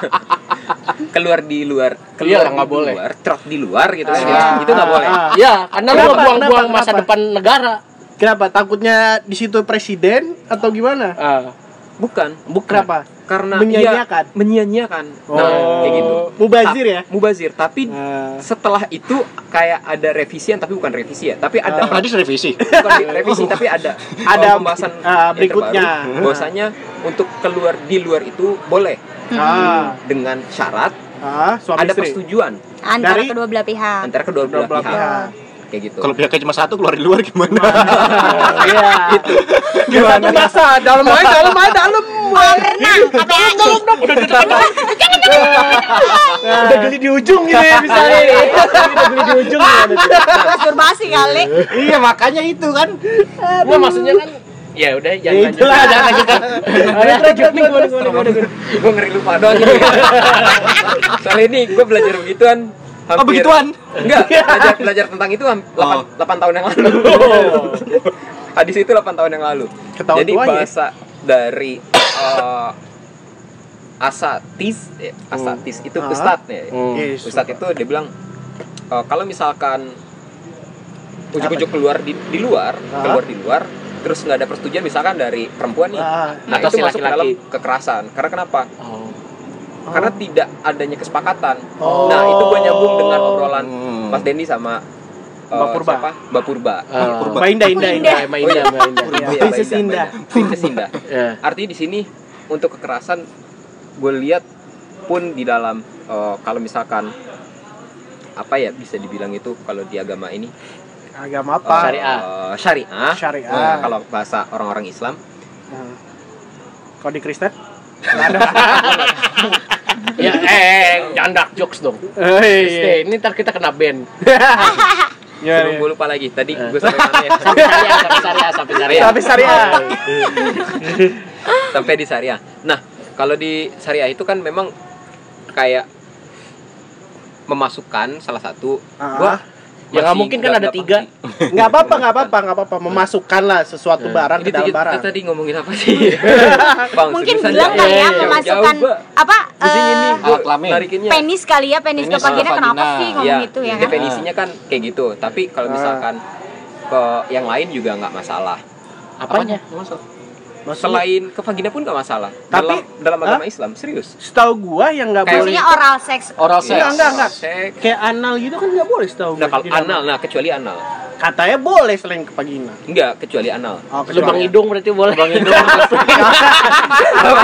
[SPEAKER 1] keluar di luar
[SPEAKER 3] Iya lah,
[SPEAKER 1] keluar
[SPEAKER 3] nggak
[SPEAKER 1] di
[SPEAKER 3] boleh.
[SPEAKER 1] luar trot di luar gitu kan
[SPEAKER 2] Ah.
[SPEAKER 1] itu nggak boleh
[SPEAKER 2] Ah.
[SPEAKER 3] Iya, karena lu
[SPEAKER 2] Kenapa?
[SPEAKER 3] buang-buang
[SPEAKER 2] Kenapa?
[SPEAKER 3] masa
[SPEAKER 2] Kenapa?
[SPEAKER 3] depan negara.
[SPEAKER 2] Kenapa? Takutnya di situ presiden atau gimana?
[SPEAKER 3] Ah,
[SPEAKER 1] bukan
[SPEAKER 3] bukan.
[SPEAKER 2] Kenapa?
[SPEAKER 1] karena
[SPEAKER 2] Menyanyiakan.
[SPEAKER 1] ya, menyanyiakan nah
[SPEAKER 2] Oh.
[SPEAKER 1] kayak gitu
[SPEAKER 2] Mubazir ya?
[SPEAKER 1] Ta- mubazir tapi
[SPEAKER 3] Hmm.
[SPEAKER 2] Nah.
[SPEAKER 1] setelah itu kayak ada revisian tapi bukan revisi ya tapi ada
[SPEAKER 5] Hadis revisi.
[SPEAKER 1] bukan di- revisi tapi ada
[SPEAKER 2] Ah, Ada,
[SPEAKER 1] uh, pembahasan
[SPEAKER 2] ah,
[SPEAKER 1] yang
[SPEAKER 2] berikutnya.
[SPEAKER 1] terbaru, bahwasanya untuk keluar di luar itu boleh
[SPEAKER 2] Ah,
[SPEAKER 1] dengan syarat
[SPEAKER 2] ah, suami
[SPEAKER 1] ada
[SPEAKER 2] istri.
[SPEAKER 1] persetujuan
[SPEAKER 6] antara
[SPEAKER 2] Dari-
[SPEAKER 6] kedua belah pihak
[SPEAKER 1] antara kedua belah
[SPEAKER 2] belah
[SPEAKER 1] pihak
[SPEAKER 2] pihak.
[SPEAKER 1] kayak gitu
[SPEAKER 5] Kalau pihaknya cuma satu keluar di luar gimana?
[SPEAKER 2] Iya. Gimana? Masa dalam aja, dalam aja, dalam.
[SPEAKER 6] Kolam renang katanya anjing
[SPEAKER 2] Nah, Udah geli di ujung gitu ya misalnya. Udah geli di ujung gimana tuh?
[SPEAKER 6] kasur basi kali
[SPEAKER 5] iya makanya itu kan.
[SPEAKER 3] Gua maksudnya kan ya udah jangan
[SPEAKER 2] Ya,
[SPEAKER 3] lanjut.
[SPEAKER 2] itulah.
[SPEAKER 3] Jangan lanjut.
[SPEAKER 2] Terus, terus, terus, terus, terus.
[SPEAKER 1] gue ngeri lupa doang ini soalnya ini gue belajar begituan hampir,
[SPEAKER 5] Oh begituan.
[SPEAKER 1] enggak belajar, belajar tentang itu 8,
[SPEAKER 5] Oh.
[SPEAKER 1] tahun yang lalu hadis itu 8 tahun yang lalu
[SPEAKER 2] Ketahuan
[SPEAKER 1] jadi
[SPEAKER 2] tuanya.
[SPEAKER 1] bahasa dari eh, asatis eh, asatis itu
[SPEAKER 2] Ah.
[SPEAKER 1] ustadz ya
[SPEAKER 3] Hmm.
[SPEAKER 2] Yes.
[SPEAKER 1] ustadz itu dia bilang eh, kalau misalkan ujuk-ujuk keluar di, di luar
[SPEAKER 2] Ah.
[SPEAKER 1] keluar di luar terus nggak ada persetujuan misalkan dari perempuan nih
[SPEAKER 2] Ah,
[SPEAKER 1] Nah, itu
[SPEAKER 3] Atau si
[SPEAKER 1] masuk ke dalam
[SPEAKER 3] laki-laki.
[SPEAKER 1] kekerasan. Karena kenapa?
[SPEAKER 3] Oh.
[SPEAKER 1] Karena tidak adanya kesepakatan.
[SPEAKER 2] Oh.
[SPEAKER 1] Nah, itu gua nyambung dengan obrolan Mas Dendi sama eh,
[SPEAKER 2] Mbak Purba.
[SPEAKER 1] siapa? Mbak Purba.
[SPEAKER 3] Ah,
[SPEAKER 2] Mbak Indah, Indah, Indah.
[SPEAKER 3] Mbak Indah, Mbak Indah.
[SPEAKER 1] Iya, Mbak
[SPEAKER 2] Princess
[SPEAKER 1] Indah, Mbak
[SPEAKER 2] Indah.
[SPEAKER 1] Indah. Princess Indah.
[SPEAKER 3] Ya.
[SPEAKER 1] Artinya di sini untuk kekerasan gue lihat pun di dalam eh, kalau misalkan apa ya bisa dibilang itu kalau di agama ini
[SPEAKER 2] Agama
[SPEAKER 1] eh,
[SPEAKER 2] apa?
[SPEAKER 3] Syariah.
[SPEAKER 1] syariah.
[SPEAKER 2] Syariah.
[SPEAKER 1] Nah, kalau bahasa orang-orang Islam
[SPEAKER 2] Nah. Kalau di Kristen? Nggak ada.
[SPEAKER 3] Ya, eh, eh, jangan dark jokes dong.
[SPEAKER 2] Eh,
[SPEAKER 3] Stay, ini ntar kita kena band.
[SPEAKER 2] iya. Eh.
[SPEAKER 1] Aduh, gue lupa lagi tadi gue sampai mana ya
[SPEAKER 3] Syariah, sampai syariah, sampai syariah.
[SPEAKER 2] Tapi syariah.
[SPEAKER 1] Iya. sampai di syariah. Nah, kalau di syariah itu kan memang kayak memasukkan salah satu.
[SPEAKER 2] Ah.
[SPEAKER 1] Gua
[SPEAKER 3] Ya, nggak
[SPEAKER 1] masih
[SPEAKER 3] mungkin kan ada
[SPEAKER 1] nggak
[SPEAKER 3] tiga.
[SPEAKER 1] pasti.
[SPEAKER 2] Nggak apa-apa, nggak apa-apa, nggak apa-apa. Memasukkan lah sesuatu barang
[SPEAKER 1] Iya. Ini
[SPEAKER 2] ke dalam
[SPEAKER 1] tiga-
[SPEAKER 2] barang.
[SPEAKER 1] Tadi ngomongin apa sih? Bang,
[SPEAKER 6] mungkin
[SPEAKER 1] seriusan
[SPEAKER 6] bilang
[SPEAKER 1] ya?
[SPEAKER 6] kali ya
[SPEAKER 1] Jauh-jauh,
[SPEAKER 6] memasukkan
[SPEAKER 1] Mbak.
[SPEAKER 6] apa
[SPEAKER 1] Pusing ini
[SPEAKER 6] eh,
[SPEAKER 1] gua
[SPEAKER 5] Alat kelamin.
[SPEAKER 1] narikinnya. Iya,
[SPEAKER 6] penis kali ya penis ke
[SPEAKER 5] Penis
[SPEAKER 6] vagina
[SPEAKER 5] sama
[SPEAKER 6] kenapa
[SPEAKER 5] vagina.
[SPEAKER 6] sih ngomong itu ya kan
[SPEAKER 1] definisinya kan kayak gitu. Tapi kalau
[SPEAKER 2] Ah.
[SPEAKER 1] misalkan ke yang lain juga nggak masalah.
[SPEAKER 3] Apanya?
[SPEAKER 1] Nggak masalah.
[SPEAKER 2] Maksudnya,
[SPEAKER 1] Selain ke vagina pun nggak masalah.
[SPEAKER 2] Tapi-
[SPEAKER 1] dalam, dalam
[SPEAKER 2] Hah?
[SPEAKER 1] agama Islam serius.
[SPEAKER 2] setahu gua yang nggak
[SPEAKER 1] Kayak-
[SPEAKER 2] boleh
[SPEAKER 6] maksudnya oral seks
[SPEAKER 5] Oral
[SPEAKER 1] Iya,
[SPEAKER 5] sex.
[SPEAKER 2] Enggak, enggak, enggak.
[SPEAKER 1] Seks.
[SPEAKER 2] kayak anal gitu kan nggak boleh setahu
[SPEAKER 1] Nah, kalau
[SPEAKER 2] di dalam.
[SPEAKER 1] anal, nah kecuali anal.
[SPEAKER 2] katanya boleh selain ke vagina.
[SPEAKER 1] Enggak, kecuali anal.
[SPEAKER 2] Oh,
[SPEAKER 3] Lubang hidung berarti boleh. Lubang hidung.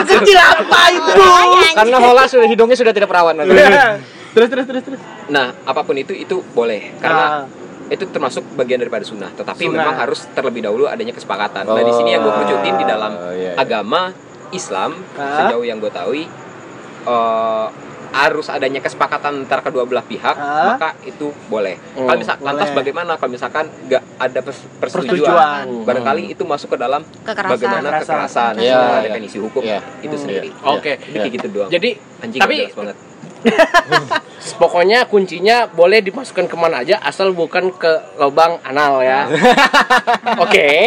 [SPEAKER 2] Kecil apa itu?
[SPEAKER 5] Karena hola sudah hidungnya sudah tidak perawan.
[SPEAKER 1] Iya.
[SPEAKER 2] terus terus terus Ah. terus.
[SPEAKER 1] Nah, apapun itu itu boleh karena itu termasuk bagian daripada sunnah. Tetapi
[SPEAKER 2] Nah. Sunnah.
[SPEAKER 1] memang harus terlebih dahulu adanya kesepakatan. Nah, di sini yang gue kerucutin di dalam agama Islam
[SPEAKER 2] Ah.
[SPEAKER 1] sejauh yang gue tahu eh harus adanya kesepakatan antara kedua belah pihak
[SPEAKER 2] Ah.
[SPEAKER 1] maka itu boleh.
[SPEAKER 3] Oh,
[SPEAKER 1] kalau misalkan lantas
[SPEAKER 2] boleh.
[SPEAKER 1] bagaimana kalau misalkan nggak ada pers- persetujuan?
[SPEAKER 2] persetujuan.
[SPEAKER 1] Barangkali itu masuk ke dalam bagaimana
[SPEAKER 6] kekerasan
[SPEAKER 1] kekerasan,
[SPEAKER 5] Iya,
[SPEAKER 1] Nah,
[SPEAKER 5] iya.
[SPEAKER 1] definisi hukum
[SPEAKER 5] Iya.
[SPEAKER 1] itu
[SPEAKER 2] Hmm.
[SPEAKER 1] sendiri.
[SPEAKER 3] Oke.
[SPEAKER 1] Jadi kayak gitu doang.
[SPEAKER 3] Jadi
[SPEAKER 1] anjing
[SPEAKER 3] tapi-
[SPEAKER 1] gak jelas banget.
[SPEAKER 3] pokoknya kuncinya boleh dimasukkan kemana aja asal bukan ke lubang anal ya. Oke.